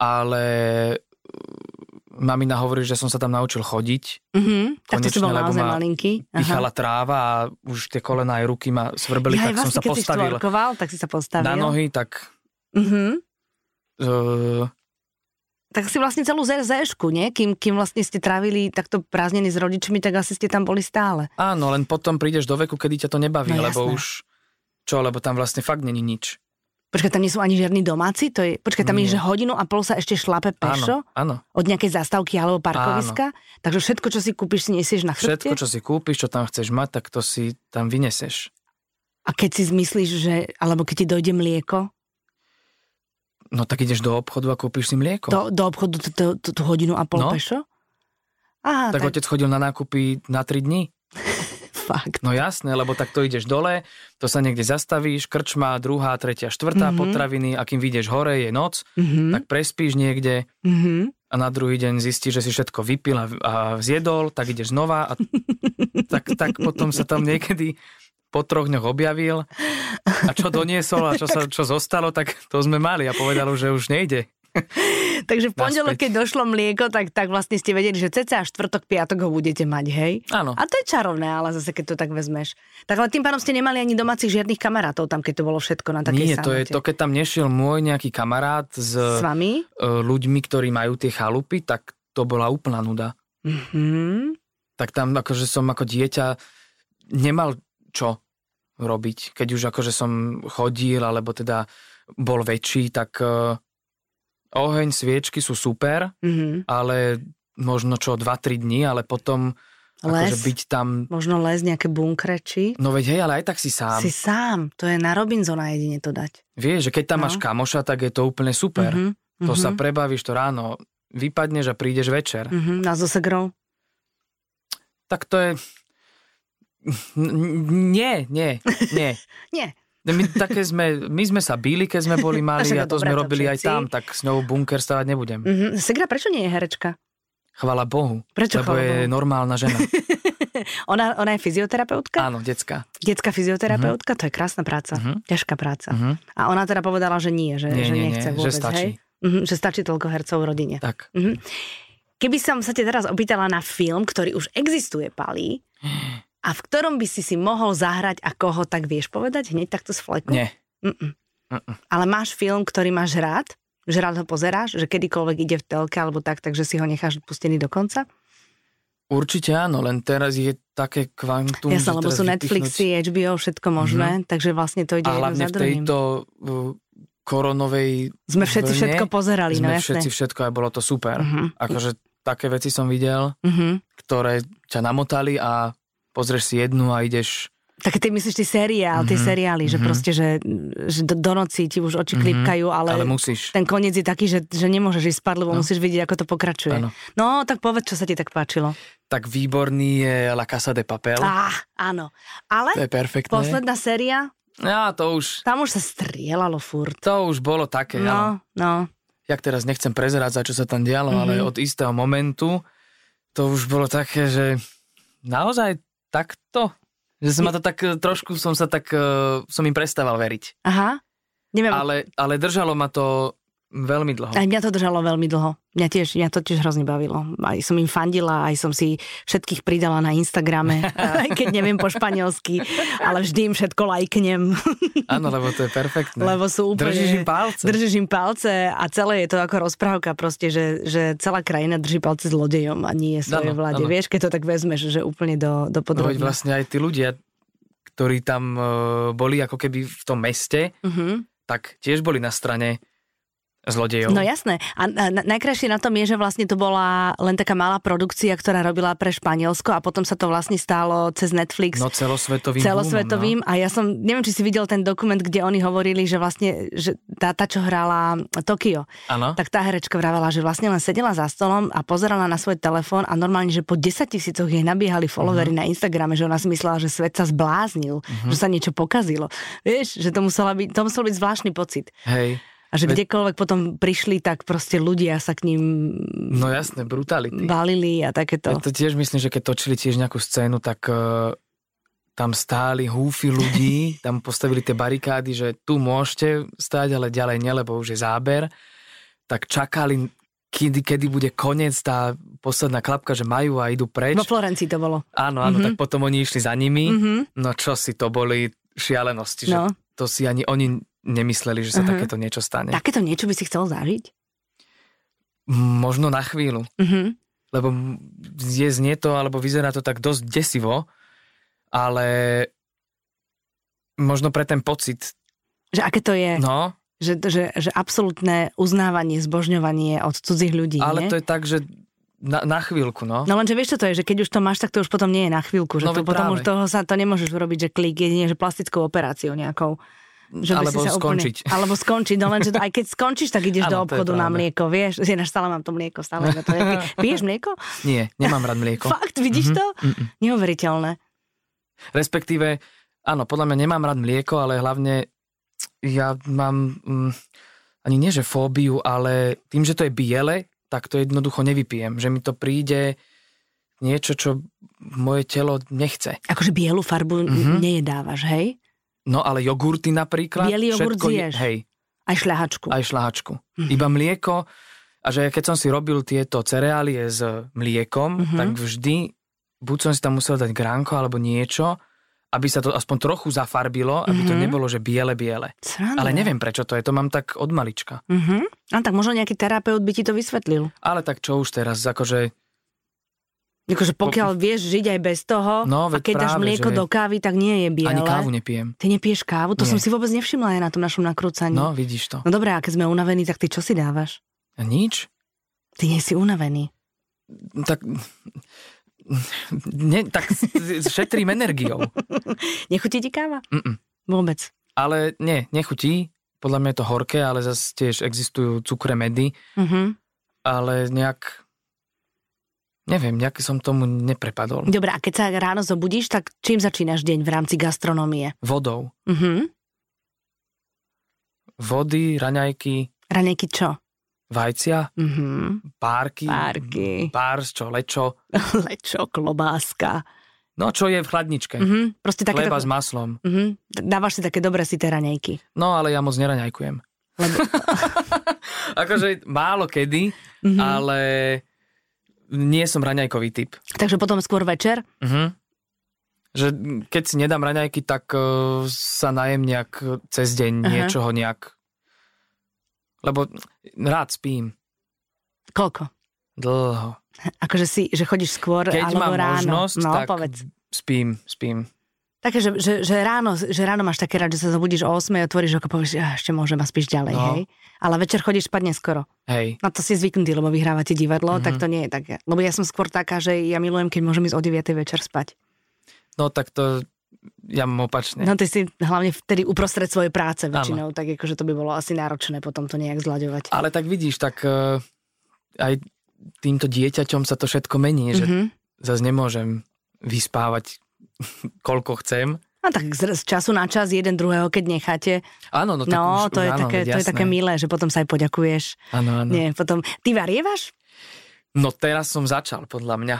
Speaker 2: ale eh, mamina hovorí, že som sa tam naučil chodiť,
Speaker 1: Mhm. Tak to si
Speaker 2: Konečne,
Speaker 1: bol
Speaker 2: lebo
Speaker 1: naozaj
Speaker 2: ma
Speaker 1: malinký.
Speaker 2: pýchala tráva a už tie kolena aj ruky ma svrbeli, ja,
Speaker 1: Ja aj
Speaker 2: tak som
Speaker 1: vlastne,
Speaker 2: sa
Speaker 1: keď si
Speaker 2: postavil
Speaker 1: štvorkoval, tak si sa postavil.
Speaker 2: na nohy, tak
Speaker 1: Mhm.
Speaker 2: uh,
Speaker 1: Tak si vlastne celú ZZŠku, nie? Kým, kým vlastne ste trávili takto prázdniny s rodičmi, tak asi ste tam boli stále.
Speaker 2: áno, len potom prídeš do veku, kedy ťa to nebaví,
Speaker 1: No,
Speaker 2: lebo
Speaker 1: jasné.
Speaker 2: už čo, lebo tam vlastne fakt není nič.
Speaker 1: Počkaj, tam nie sú ani žiadni domáci? To je, počkaj, tam je,
Speaker 2: Nie.
Speaker 1: že hodinu a pol sa ešte šlape pešo
Speaker 2: Áno, áno.
Speaker 1: od nejakej zastávky alebo parkoviska. Takže všetko, čo si kúpiš, si nesieš na chrbte.
Speaker 2: Všetko, čo si kúpiš, čo tam chceš mať, tak to si tam vyneseš.
Speaker 1: A keď si zmyslíš, že, alebo keď ti dojde mlieko,
Speaker 2: No tak ideš do obchodu a kúpiš si mlieko.
Speaker 1: do, do obchodu tú, tú, tú, tú hodinu a pol
Speaker 2: No.
Speaker 1: pešo? Aha,
Speaker 2: tak,
Speaker 1: tak,
Speaker 2: otec chodil na nákupy na 3 dní.
Speaker 1: fakt.
Speaker 2: No jasné, lebo tak to ideš dole, to sa niekde zastavíš, krčma, druhá, tretia, štvrtá
Speaker 1: Mhm.
Speaker 2: mm-hmm. potraviny a kým vyjdeš hore, je noc,
Speaker 1: Mhm,
Speaker 2: tak prespíš niekde
Speaker 1: mhm.
Speaker 2: a na druhý deň zistíš, že si všetko vypil a, a zjedol, tak ideš znova a tak, tak potom sa tam niekedy po troch dňoch objavil a čo doniesol a čo, sa, čo zostalo, tak to sme mali a povedalo, že už nejde.
Speaker 1: Takže v pondelok,
Speaker 2: Naspäť.
Speaker 1: keď došlo mlieko, tak, tak vlastne ste vedeli, že cca až štvrtok, piatok ho budete mať, hej?
Speaker 2: Áno.
Speaker 1: A to je čarovné, ale zase keď to tak vezmeš. Tak ale tým pádom ste nemali ani domácich žiadnych kamarátov tam, keď to bolo všetko na takej
Speaker 2: Nie, to je
Speaker 1: samote.
Speaker 2: to, e, keď tam nešiel môj nejaký kamarát s
Speaker 1: S
Speaker 2: e,
Speaker 1: vami?
Speaker 2: ľuďmi, ktorí majú tie chalupy, tak to bola úplná nuda.
Speaker 1: Mhm.
Speaker 2: tak tam akože som ako dieťa nemal čo robiť. Keď už akože som chodil, alebo teda bol väčší, tak eh, oheň, sviečky sú super,
Speaker 1: Mhm.
Speaker 2: ale možno čo 2-3 dní, ale potom
Speaker 1: Les?
Speaker 2: akože byť tam...
Speaker 1: Možno les, nejaké bunkre, či?
Speaker 2: No veď hej, ale aj tak si sám.
Speaker 1: Si sám, to je na Robinzona jedine to dať.
Speaker 2: Vieš, že keď tam
Speaker 1: No.
Speaker 2: máš kamoša, tak je to úplne super.
Speaker 1: Mhm.
Speaker 2: To sa
Speaker 1: mhm,
Speaker 2: prebavíš to ráno, vypadneš a prídeš večer.
Speaker 1: mhm. A so segrou?
Speaker 2: Tak to je... N- n- Nie, nie, nie.
Speaker 1: Nie.
Speaker 2: My, také sme, my sme sa bili, keď sme boli mali
Speaker 1: Však
Speaker 2: a
Speaker 1: to
Speaker 2: to sme
Speaker 1: dobrá, to
Speaker 2: robili aj
Speaker 1: všetci.
Speaker 2: tam, tak s ňou bunker stavať nebudem.
Speaker 1: Mhm. Segra prečo nie je herečka?
Speaker 2: Chvala Bohu,
Speaker 1: Prečo
Speaker 2: lebo
Speaker 1: chvala
Speaker 2: je no-
Speaker 1: Bohu?
Speaker 2: normálna žena.
Speaker 1: Ona, ona je fyzioterapeutka?
Speaker 2: Áno, decka.
Speaker 1: Detská fyzioterapeutka? To je krásna práca.
Speaker 2: Mhm.
Speaker 1: Ťažká práca.
Speaker 2: Mhm.
Speaker 1: A ona teda povedala, že nie, že,
Speaker 2: Nie,
Speaker 1: že
Speaker 2: nie, nie, že
Speaker 1: nechce vôbec,
Speaker 2: stačí.
Speaker 1: hej? Mhm, že stačí toľko hercov v rodine.
Speaker 2: Tak.
Speaker 1: Mhm. Keby som sa te teraz opýtala na film, ktorý už existuje, Palí, a v ktorom by si si mohol zahrať a koho, tak vieš povedať hneď takto z fleku?
Speaker 2: Nie.
Speaker 1: Mm-mm.
Speaker 2: Mm-mm.
Speaker 1: Ale máš film, ktorý máš rád, že rád ho pozeráš, že kedykoľvek ide v telke alebo tak, takže si ho necháš pustený do konca?
Speaker 2: Určite áno, len teraz je také kvantum.
Speaker 1: Jasne,
Speaker 2: že
Speaker 1: lebo
Speaker 2: teraz
Speaker 1: sú
Speaker 2: vypichnúť- Mhm.
Speaker 1: Netflixy, HBO, všetko možné, takže vlastne to ide
Speaker 2: A
Speaker 1: jedno
Speaker 2: hlavne
Speaker 1: za
Speaker 2: v
Speaker 1: druhým.
Speaker 2: tejto uh, koronovej
Speaker 1: Sme všetci
Speaker 2: vlne
Speaker 1: všetko pozerali, no
Speaker 2: sme
Speaker 1: jasné.
Speaker 2: všetci všetko a bolo to super.
Speaker 1: Mhm,
Speaker 2: Akože také veci som videl,
Speaker 1: mhm.
Speaker 2: ktoré ťa namotali a pozrieš si jednu a ideš
Speaker 1: Tak ty myslíš tie seriál, tie
Speaker 2: Mhm,
Speaker 1: seriály, že
Speaker 2: mhm.
Speaker 1: proste, že, že do, do noci ti už
Speaker 2: Mhm,
Speaker 1: oči klípkajú, ale,
Speaker 2: Ale musíš.
Speaker 1: ten koniec je taký, že, že nemôžeš ísť spať, lebo
Speaker 2: No.
Speaker 1: musíš vidieť, ako to pokračuje.
Speaker 2: Áno.
Speaker 1: No, tak povedz, čo sa ti tak páčilo.
Speaker 2: Tak výborný je La Casa de Papel.
Speaker 1: Á, áno.
Speaker 2: To
Speaker 1: Ale
Speaker 2: je perfektné.
Speaker 1: posledná séria,
Speaker 2: Á, to už,
Speaker 1: tam už sa strieľalo furt.
Speaker 2: to už bolo také. No.
Speaker 1: No, no.
Speaker 2: Ja teraz nechcem prezrádzať, čo sa tam dialo,
Speaker 1: Mhm.
Speaker 2: mm-hmm. ale od istého momentu to už bolo také, že naozaj takto? Že som ma to tak eh, trošku, som sa tak, eh, som im prestával veriť.
Speaker 1: Aha. Neviem, Ale...
Speaker 2: Ale, ale držalo ma to veľmi dlho.
Speaker 1: aj mňa to držalo veľmi dlho. Mňa, tiež, mňa to tiež hrozne bavilo. Aj som im fandila, aj som si všetkých pridala na Instagrame, aj keď neviem po španielsky, ale vždy im všetko lajknem,
Speaker 2: Áno, lebo to je perfektné.
Speaker 1: lebo sú úplne...
Speaker 2: Držíš im palce.
Speaker 1: Držíš im palce a celé je to ako rozprávka proste, že, že celá krajina drží palce zlodejom a nie svojej
Speaker 2: Áno,
Speaker 1: vláde.
Speaker 2: áno.
Speaker 1: Vieš, keď to tak vezmeš, že úplne do, do
Speaker 2: No veď
Speaker 1: podrobna.
Speaker 2: vlastne aj tí ľudia, ktorí tam eh, boli ako keby v tom meste,
Speaker 1: Mhm.
Speaker 2: tak tiež boli na strane zlodejov.
Speaker 1: No jasné. A, a na- najkrajšie na tom je, že vlastne to bola len taká malá produkcia, ktorá robila pre Španielsko a potom sa to vlastne stálo cez Netflix.
Speaker 2: no celosvetovým. Boomom, no.
Speaker 1: celosvetovým a ja som, neviem, či si videl ten dokument, kde oni hovorili, že vlastne že tá, tá čo hrala Tokio,
Speaker 2: Áno.
Speaker 1: tak tá herečka vravela, že vlastne len sedela za stolom a pozerala na svoj telefón a normálne, že po 10 tisícoch jej nabiehali
Speaker 2: Mhm.
Speaker 1: followery na Instagrame, že ona si myslela, že svet sa zbláznil, že sa niečo pokazilo. Vieš, že to, musela byť, to musel byť zvláštny pocit.
Speaker 2: Hej.
Speaker 1: A že
Speaker 2: Ve-
Speaker 1: kdekoľvek potom prišli, tak proste ľudia sa k ním
Speaker 2: No jasné, brutality.
Speaker 1: balili a
Speaker 2: Ja
Speaker 1: takéto.
Speaker 2: to tiež myslím, že keď točili tiež nejakú scénu, tak eh, tam stáli húfy ľudí, tam postavili tie barikády, že tu môžete stáť, ale ďalej nie, lebo už je záber. Tak čakali, kedy, kedy bude koniec tá posledná klapka, že majú a idú preč.
Speaker 1: Vo Florencii to bolo.
Speaker 2: Áno, áno,
Speaker 1: Mhm.
Speaker 2: tak potom oni išli za nimi.
Speaker 1: Mhm.
Speaker 2: No čo si to boli šialenosti, že
Speaker 1: No.
Speaker 2: to si ani oni nemysleli, že sa
Speaker 1: Mhm.
Speaker 2: takéto niečo stane.
Speaker 1: Takéto niečo by si chcel zažiť?
Speaker 2: Možno na chvíľu,
Speaker 1: Mhm.
Speaker 2: lebo m- je znie to, alebo vyzerá to tak dosť desivo, ale možno pre ten pocit,
Speaker 1: Že aké to je,
Speaker 2: no,
Speaker 1: že, že, že absolútne uznávanie, zbožňovanie od cudzích ľudí, nie?
Speaker 2: ale to je tak, že na, na chvíľku, no.
Speaker 1: No lenže vieš, čo to je, že keď už to máš, tak to už potom nie je na chvíľku, že
Speaker 2: No
Speaker 1: no,
Speaker 2: veď
Speaker 1: to potom
Speaker 2: práve.
Speaker 1: už toho sa to nemôžeš urobiť, že klik, jedine, že plastickou operáciou nejakou. Že by si
Speaker 2: alebo
Speaker 1: sa
Speaker 2: skončiť.
Speaker 1: Úplne, alebo skončiť, no lenže to, aj keď skončíš, tak ideš
Speaker 2: Áno,
Speaker 1: do
Speaker 2: to je
Speaker 1: obchodu na
Speaker 2: pravda.
Speaker 1: mlieko, vieš. Ináč stále mám to mlieko, stále ma to je. Piješ mlieko?
Speaker 2: Nie, nemám rád mlieko.
Speaker 1: Fakt, vidíš
Speaker 2: Mhm,
Speaker 1: to?
Speaker 2: mhm.
Speaker 1: Neuveriteľné.
Speaker 2: Respektíve, áno, podľa mňa nemám rád mlieko, ale hlavne ja mám mm, ani nie, že fóbiu, ale tým, že to je biele, tak to jednoducho nevypijem. Že mi to príde niečo, čo moje telo nechce.
Speaker 1: Akože bielu farbu
Speaker 2: Mhm.
Speaker 1: mm-hmm. nejedávaš, hej?
Speaker 2: No ale jogurty napríklad.
Speaker 1: Bielý jogurt
Speaker 2: všetko je-
Speaker 1: zješ.
Speaker 2: Hej,
Speaker 1: Aj šľahačku.
Speaker 2: aj šláhačku.
Speaker 1: Mhm.
Speaker 2: Iba mlieko. A že keď som si robil tieto cereálie s mliekom,
Speaker 1: Mhm.
Speaker 2: tak vždy buď som si tam musel dať gránko alebo niečo, aby sa to aspoň trochu zafarbilo, aby to
Speaker 1: Mhm.
Speaker 2: nebolo, že biele-biele.
Speaker 1: Sranda.
Speaker 2: Ale neviem prečo to je, to mám tak od malička.
Speaker 1: Uh-huh. A tak možno nejaký terapeut by ti to vysvetlil.
Speaker 2: Ale tak čo už teraz, akože
Speaker 1: Akože pokiaľ vieš žiť aj bez toho
Speaker 2: No,
Speaker 1: a
Speaker 2: veď
Speaker 1: keď dáš
Speaker 2: práve,
Speaker 1: mlieko
Speaker 2: že-
Speaker 1: do kávy, tak nie je biele.
Speaker 2: ani kávu nepijem.
Speaker 1: Ty nepiješ kávu? To
Speaker 2: Nie.
Speaker 1: som si vôbec nevšimla aj na tom našom nakrúcaní.
Speaker 2: No, vidíš to.
Speaker 1: no dobré, a keď sme unavení, tak ty čo si dávaš?
Speaker 2: A nič?
Speaker 1: Ty nie si unavený.
Speaker 2: Tak... Ne, tak šetrím energiou.
Speaker 1: Nechutí ti káva?
Speaker 2: Mm-mm.
Speaker 1: Vôbec.
Speaker 2: Ale nie, nechutí. Podľa mňa je to horké, ale zase tiež existujú cukre medy,
Speaker 1: Uh-huh.
Speaker 2: ale nejak... Neviem, nejak som tomu neprepadol.
Speaker 1: Dobre, a keď sa ráno zobudíš, tak čím začínaš deň v rámci gastronomie?
Speaker 2: Vodou.
Speaker 1: Uh-huh.
Speaker 2: Vody, raňajky,
Speaker 1: Ranejky čo?
Speaker 2: vajcia,
Speaker 1: Uh-huh.
Speaker 2: párky.
Speaker 1: Párky.
Speaker 2: Párs, čo, lečo.
Speaker 1: Lečo, klobáska.
Speaker 2: No, čo je v chladničke.
Speaker 1: Uh-huh. Proste takéto...
Speaker 2: Chleba s maslom.
Speaker 1: Uh-huh. Dávaš si také dobré si ranejky.
Speaker 2: No, ale ja moc neraňajkujem.
Speaker 1: Lebo...
Speaker 2: Akože málo kedy,
Speaker 1: Mhm.
Speaker 2: ale nie som raňajkový typ.
Speaker 1: Takže potom skôr večer.
Speaker 2: Mhm. Že keď si nedám raňajky, tak eh, sa najem nejak cez deň
Speaker 1: Aha.
Speaker 2: niečoho nejak. Lebo rád spím
Speaker 1: Koľko?
Speaker 2: dlho.
Speaker 1: Akože si, že chodíš skôr
Speaker 2: Keď
Speaker 1: alebo
Speaker 2: mám
Speaker 1: ráno.
Speaker 2: možnosť,
Speaker 1: no,
Speaker 2: tak
Speaker 1: povedz.
Speaker 2: spím, spím.
Speaker 1: Také, že, že, že, ráno, že ráno máš také rád, že sa zobudíš o 8, otvoríš oko, povieš, "Ah, ešte môžem a spíš ďalej,
Speaker 2: No.
Speaker 1: no. hej? Ale večer chodíš spať neskoro.
Speaker 2: Hej.
Speaker 1: Na to si zvyknutý, lebo vyhrávate divadlo,
Speaker 2: Mhm.
Speaker 1: mm-hmm. tak to nie je také. Lebo ja som skôr taká, že ja milujem, keď môžem ísť o 9 večer spať.
Speaker 2: No tak to ja mám opačne.
Speaker 1: No ty si hlavne vtedy uprostred svojej práce väčšinou, tak akože to by bolo asi náročné potom to nejak zľaďovať.
Speaker 2: Ale tak vidíš, tak eh, aj týmto dieťaťom sa to všetko mení, že
Speaker 1: Mhm.
Speaker 2: zase nemôžem vyspávať koľko chcem.
Speaker 1: A tak z, z času na čas jeden druhého, keď necháte.
Speaker 2: Áno, no
Speaker 1: No,
Speaker 2: tak už,
Speaker 1: to,
Speaker 2: už
Speaker 1: je
Speaker 2: áno,
Speaker 1: také,
Speaker 2: veď
Speaker 1: to je
Speaker 2: jasné. No.
Speaker 1: také milé, že potom sa aj poďakuješ.
Speaker 2: Áno, áno.
Speaker 1: Nie, potom... Ty varievaš?
Speaker 2: No teraz som začal, podľa mňa.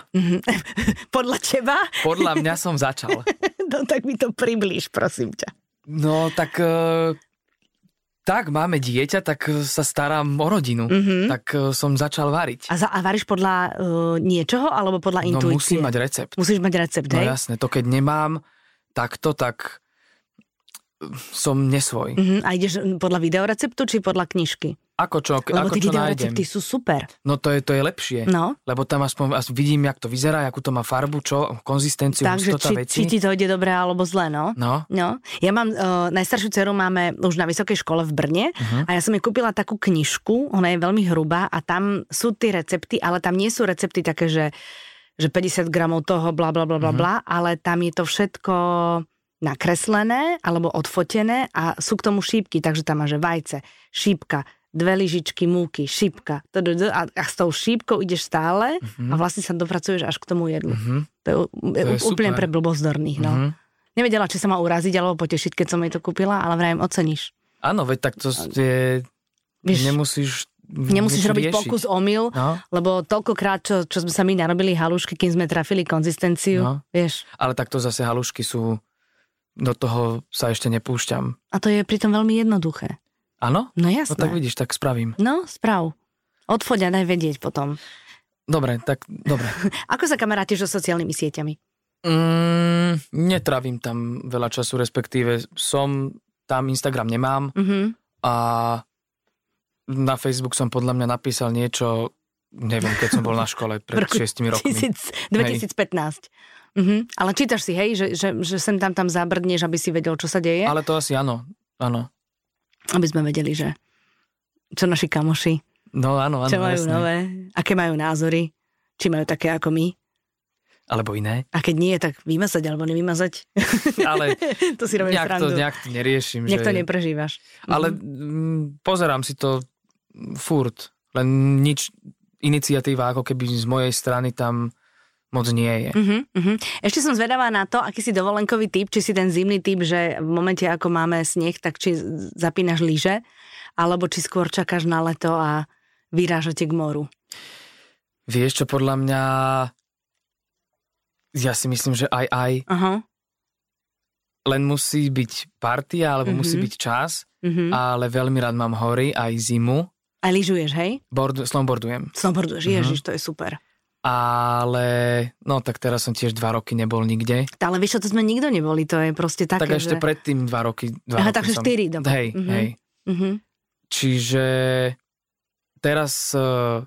Speaker 1: Podľa teba?
Speaker 2: Podľa mňa som začal.
Speaker 1: No tak mi to priblíž, prosím ťa.
Speaker 2: No tak... eh, Tak máme dieťa, tak eh, sa starám o rodinu.
Speaker 1: Mhm.
Speaker 2: Tak eh, som začal variť.
Speaker 1: A, za, a varíš podľa uh, niečoho alebo podľa
Speaker 2: No
Speaker 1: intuície?
Speaker 2: musím mať recept.
Speaker 1: Musíš mať recept,
Speaker 2: No
Speaker 1: hej?
Speaker 2: jasné, to keď nemám takto, tak eh, som nesvoj.
Speaker 1: Mhm, a ideš podľa videoreceptu či podľa knižky?
Speaker 2: Ako čo,
Speaker 1: Lebo
Speaker 2: ako
Speaker 1: tie
Speaker 2: čo nájdem.
Speaker 1: videorecepty sú super.
Speaker 2: No to je, to je lepšie.
Speaker 1: No,
Speaker 2: Lebo tam aspoň as- vidím, jak to vyzerá, akú to má farbu, čo, konzistenciu,
Speaker 1: takže
Speaker 2: hustota
Speaker 1: či,
Speaker 2: veci.
Speaker 1: či ti to ide dobre alebo zle, no?
Speaker 2: No,
Speaker 1: No, ja mám, uh, najstaršiu dceru máme už na vysokej škole v Brne
Speaker 2: Mhm.
Speaker 1: uh-huh. a ja som jej kúpila takú knižku, ona je veľmi hrubá a tam sú tie recepty, ale tam nie sú recepty také, že, že 50 gramov toho, bla, bla, bla, bla,
Speaker 2: Mhm.
Speaker 1: bla, ale tam je to všetko nakreslené alebo odfotené a sú k tomu šípky, takže tam má, že vajce, šípka, dve lyžičky múky, šípka tdd, a, a s tou šípkou ideš stále a vlastne sa dopracuješ až k tomu jedlu.
Speaker 2: mhm,
Speaker 1: To je, u-
Speaker 2: je
Speaker 1: úplne
Speaker 2: super.
Speaker 1: pre blbozdorných, no.
Speaker 2: mhm.
Speaker 1: Nevedela, či sa ma uraziť alebo potešiť, keď som jej to kúpila, ale vrajím, oceníš.
Speaker 2: Áno, veď tak to je,
Speaker 1: Vieš,
Speaker 2: nemusíš
Speaker 1: Nemusíš
Speaker 2: niečo
Speaker 1: robiť
Speaker 2: riešiť.
Speaker 1: pokus omyl,
Speaker 2: No.
Speaker 1: lebo toľkokrát, čo, čo sme sa my narobili halušky, kým sme trafili konzistenciu,
Speaker 2: No.
Speaker 1: vieš.
Speaker 2: Ale takto zase halušky sú, do toho sa ešte nepúšťam.
Speaker 1: A to je pritom veľmi jednoduché.
Speaker 2: Áno? No
Speaker 1: No jasné.
Speaker 2: tak vidíš, tak spravím.
Speaker 1: No, správ. Odfoď a daj vedieť potom.
Speaker 2: Dobre, tak dobre.
Speaker 1: Ako sa kamarátiš so sociálnymi sieťami?
Speaker 2: Mm, netravím tam veľa času, respektíve som, tam Instagram nemám
Speaker 1: Mhm.
Speaker 2: a na Facebook som podľa mňa napísal niečo, neviem, keď som bol na škole pred
Speaker 1: V roku
Speaker 2: 6 rokmi.
Speaker 1: Tisíc, 2015. Mhm. Ale čítaš si, hej, že, že, že sem tam tam zabrdneš, aby si vedel, čo sa deje?
Speaker 2: Ale to asi áno, áno.
Speaker 1: Aby sme vedeli, že čo naši kamoši,
Speaker 2: No áno, áno,
Speaker 1: čo
Speaker 2: jasné.
Speaker 1: majú nové, aké majú názory, či majú také ako my.
Speaker 2: Alebo iné.
Speaker 1: A keď nie, tak vymazať alebo nevymazať.
Speaker 2: Ale
Speaker 1: to si robím
Speaker 2: nejak to,
Speaker 1: srandu.
Speaker 2: nejak to neriešim.
Speaker 1: Nejak to
Speaker 2: že...
Speaker 1: neprežívaš.
Speaker 2: Ale
Speaker 1: Mhm.
Speaker 2: mm, pozerám si to furt, len nič, iniciatíva ako keby z mojej strany tam moc nie je.
Speaker 1: Uh-huh, uh-huh. Ešte som zvedavá na to, aký si dovolenkový typ, či si ten zimný typ, že v momente, ako máme sneh, tak či zapínaš lyže, alebo či skôr čakáš na leto a vyrážate k moru.
Speaker 2: Vieš čo, podľa mňa... Ja si myslím, že aj aj.
Speaker 1: Aha,
Speaker 2: Len musí byť partia, alebo
Speaker 1: Mhm.
Speaker 2: musí byť čas,
Speaker 1: uh-huh.
Speaker 2: ale veľmi rád mám hory, aj zimu.
Speaker 1: A lyžuješ, hej?
Speaker 2: Board, snowboardujem. Mhm.
Speaker 1: Snowboarduješ, uh-huh. ježiš, to je super.
Speaker 2: Ale, no tak teraz som tiež dva roky nebol nikde.
Speaker 1: Ale vieš čo, to sme nikto neboli, to je proste
Speaker 2: Tak,
Speaker 1: také,
Speaker 2: ešte
Speaker 1: že...
Speaker 2: predtým dva roky. Dva
Speaker 1: Aha,
Speaker 2: roky
Speaker 1: takže
Speaker 2: som...
Speaker 1: štyri dobre.
Speaker 2: Hej,
Speaker 1: Mhm.
Speaker 2: hej.
Speaker 1: Uh-huh.
Speaker 2: Čiže teraz uh,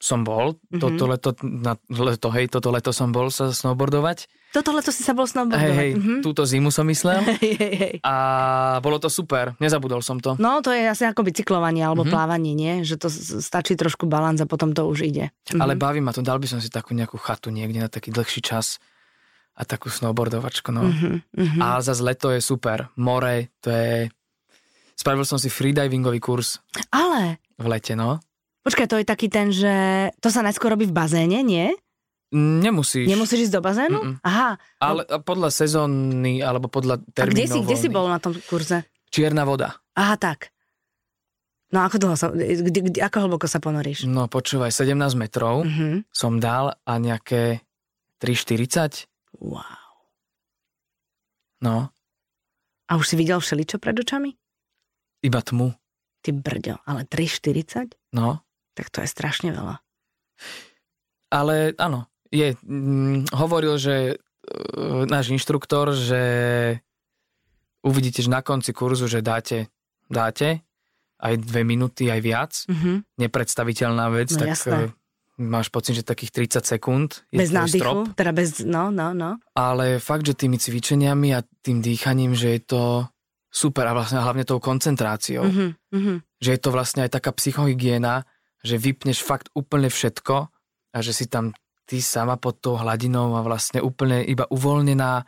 Speaker 2: som bol,
Speaker 1: Mhm.
Speaker 2: toto leto, na, leto, hej, toto leto som bol sa snowboardovať.
Speaker 1: Toto leto si sa bol
Speaker 2: Hej,
Speaker 1: snowboardovať.
Speaker 2: hej,
Speaker 1: Mhm.
Speaker 2: túto zimu som myslel.
Speaker 1: hej, hej, hej.
Speaker 2: A bolo to super, nezabudol som to.
Speaker 1: No, to je asi ako bicyklovanie alebo
Speaker 2: Mhm.
Speaker 1: mm-hmm. plávanie, nie? Že to s- stačí trošku balans a potom to už ide. Mhm.
Speaker 2: Ale baví ma to, dal by som si takú nejakú chatu niekde na taký dlhší čas a takú snowboardovačku, no.
Speaker 1: Mhm, mhm.
Speaker 2: A zase leto je super, more, to je... Spravil som si freedivingový kurz
Speaker 1: Ale
Speaker 2: v lete, no.
Speaker 1: Počkaj, to je taký ten, že to sa najskôr robí v bazéne, nie?
Speaker 2: Nemusíš,
Speaker 1: Nemusíš ísť do bazénu?
Speaker 2: Mm-mm.
Speaker 1: Aha.
Speaker 2: ale podľa sezóny alebo podľa
Speaker 1: A
Speaker 2: termínov
Speaker 1: kde si, kde si
Speaker 2: voľných.
Speaker 1: bol na tom kurze?
Speaker 2: Čierna voda.
Speaker 1: Aha, tak. No ako dlho sa, kde, kde, ako hlboko sa ponoríš?
Speaker 2: No počúvaj, 17 metrov
Speaker 1: Mhm.
Speaker 2: som dal a nejaké 3,40.
Speaker 1: Wow.
Speaker 2: No,
Speaker 1: A už si videl všeličo pred očami?
Speaker 2: iba tmu.
Speaker 1: Ty brďo, ale 3,40?
Speaker 2: No,
Speaker 1: Tak to je strašne veľa.
Speaker 2: ale áno, je, mm, hovoril, že e, náš inštruktor, že uvidíte, že na konci kurzu, že dáte, dáte aj dve minúty, aj viac.
Speaker 1: Mhm.
Speaker 2: Nepredstaviteľná vec,
Speaker 1: No,
Speaker 2: tak
Speaker 1: jasné.
Speaker 2: e, máš pocit, že takých 30 sekúnd je
Speaker 1: Bez
Speaker 2: tvoj
Speaker 1: nádychu,
Speaker 2: strop.
Speaker 1: teda bez, no, no, no.
Speaker 2: Ale fakt, že tými cvičeniami a tým dýchaním, že je to super a vlastne hlavne tou koncentráciou.
Speaker 1: Mhm, mhm.
Speaker 2: že je to vlastne aj taká psychohygiena, že vypneš fakt úplne všetko a že si tam ty sama pod tou hladinou a vlastne úplne iba uvoľnená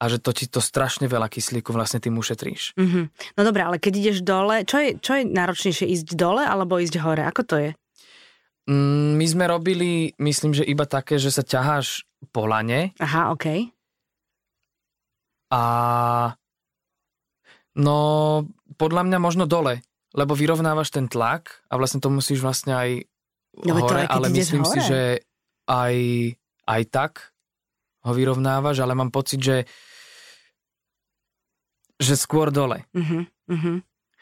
Speaker 2: a že to ti to strašne veľa kyslíku vlastne tým ušetríš.
Speaker 1: Mhm. No dobré, ale keď ideš dole, čo je, čo je náročnejšie, ísť dole alebo ísť hore? Ako to je?
Speaker 2: Mm, My sme robili, myslím, že iba také, že sa ťaháš po lane
Speaker 1: Aha, okej.
Speaker 2: a no podľa mňa možno dole, lebo vyrovnávaš ten tlak a vlastne to musíš vlastne aj
Speaker 1: No, veď to
Speaker 2: hore,
Speaker 1: aj keď
Speaker 2: ale
Speaker 1: ideš
Speaker 2: myslím si,
Speaker 1: hore.
Speaker 2: že aj, aj tak ho vyrovnávaš, ale mám pocit, že že skôr dole.
Speaker 1: Mhm, mhm.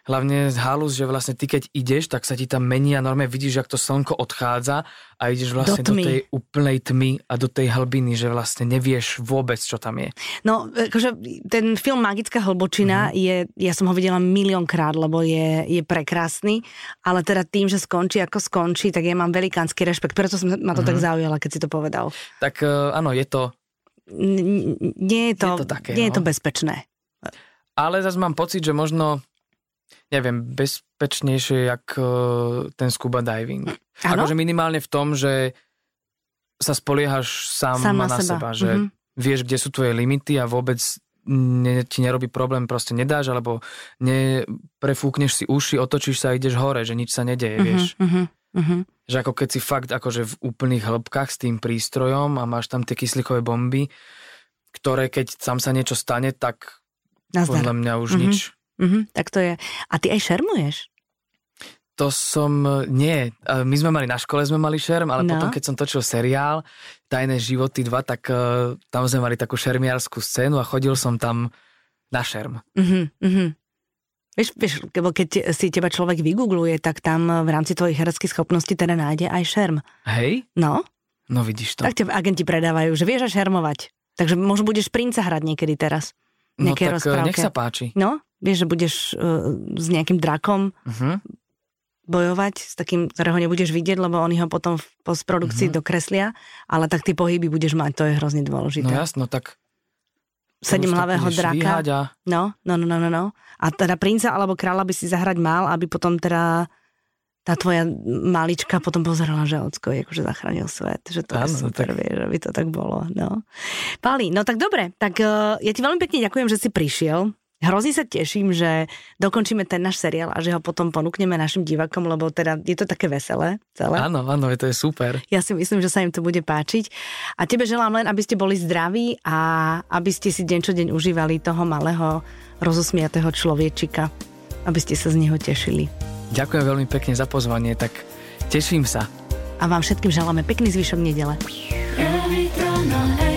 Speaker 2: Hlavne z halus, že vlastne ty keď ideš, tak sa ti tam mení a normálne vidíš, ak to slnko odchádza a ideš vlastne do,
Speaker 1: tmy.
Speaker 2: tej úplnej tmy a do tej halbiny, že vlastne nevieš vôbec, čo tam je.
Speaker 1: No, akože ten film Magická
Speaker 2: Mhm.
Speaker 1: hlbočina je, ja som ho videla miliónkrát, lebo je, je prekrásny, ale teda tým, že skončí ako skončí, tak ja mám velikánsky rešpekt, preto som ma to
Speaker 2: Mhm.
Speaker 1: tak zaujala, keď si to povedal.
Speaker 2: Tak e, áno, je to.
Speaker 1: N- n- nie je to,
Speaker 2: Je to také,
Speaker 1: nie je to
Speaker 2: no.
Speaker 1: bezpečné.
Speaker 2: Ale zase mám pocit, že možno, neviem, bezpečnejšie, jak e, ten scuba diving.
Speaker 1: Áno?
Speaker 2: Akože minimálne v tom, že sa spoliehaš sám,
Speaker 1: Sám
Speaker 2: na,
Speaker 1: na seba.
Speaker 2: seba, že
Speaker 1: Mhm.
Speaker 2: vieš, kde sú tvoje limity a vôbec ne, ti nerobí problém, proste nedáš, alebo ne, prefúkneš si uši, otočíš sa a ideš hore, že nič sa nedeje, vieš.
Speaker 1: Mhm, mhm,
Speaker 2: Že ako keď si fakt akože v úplných hĺbkach s tým prístrojom a máš tam tie kyslíkové bomby, ktoré keď tam sa niečo stane, tak
Speaker 1: Nazdar.
Speaker 2: podľa mňa už
Speaker 1: Mhm.
Speaker 2: nič.
Speaker 1: Mhm, tak to je. A ty aj šermuješ?
Speaker 2: To som, nie, e, my sme mali na škole, sme mali šerm, ale
Speaker 1: No.
Speaker 2: no. potom, keď som točil seriál Tajné životy 2, tak eh, tam sme mali takú šermiarskú scénu a chodil som tam na šerm.
Speaker 1: Uh-huh, uh-huh. Vieš, vieš, lebo keď si teba človek vygoogluje, tak tam v rámci tvojich hereckých schopností teda nájde aj šerm.
Speaker 2: Hej?
Speaker 1: No,
Speaker 2: No vidíš to.
Speaker 1: tak te agenti predávajú, že vieš až šermovať. Takže možno budeš princa hrať niekedy teraz.
Speaker 2: no tak
Speaker 1: nejaké
Speaker 2: eh,
Speaker 1: rozprávke.
Speaker 2: nech sa páči.
Speaker 1: No, vieš, že budeš uh, s nejakým drakom
Speaker 2: Uh-huh.
Speaker 1: bojovať, s takým, ktorého nebudeš vidieť, lebo oni ho potom v
Speaker 2: Mhm.
Speaker 1: postprodukcii mm-hmm. dokreslia, ale tak ty pohyby budeš mať, to je hrozne
Speaker 2: No
Speaker 1: dôležité.
Speaker 2: jasno, tak...
Speaker 1: Sedemhlavého
Speaker 2: Už to budeš
Speaker 1: draka.
Speaker 2: vyháť A...
Speaker 1: No, no, no, no, no, no. A teda princa alebo kráľa by si zahrať mal, aby potom teda tá tvoja malička potom pozerala, že ocko je akože zachránil svet, že to
Speaker 2: Áno, no
Speaker 1: je super,
Speaker 2: tak-
Speaker 1: vieš, aby to tak bolo, no. Pali, no tak dobre, tak uh, ja ti veľmi pekne ďakujem, že si prišiel. Hrozne sa teším, že dokončíme ten náš seriál a že ho potom ponúkneme našim divakom, lebo teda je to také veselé celé.
Speaker 2: Áno, áno, to je super.
Speaker 1: Ja si myslím, že sa im to bude páčiť. A tebe želám len, aby ste boli zdraví a aby ste si deň čo deň užívali toho malého, rozosmiatého človečika. Aby ste sa z neho tešili.
Speaker 2: Ďakujem veľmi pekne za pozvanie, tak teším sa.
Speaker 1: A vám všetkým želáme pekný zvyšok nedele.
Speaker 3: Every thrown on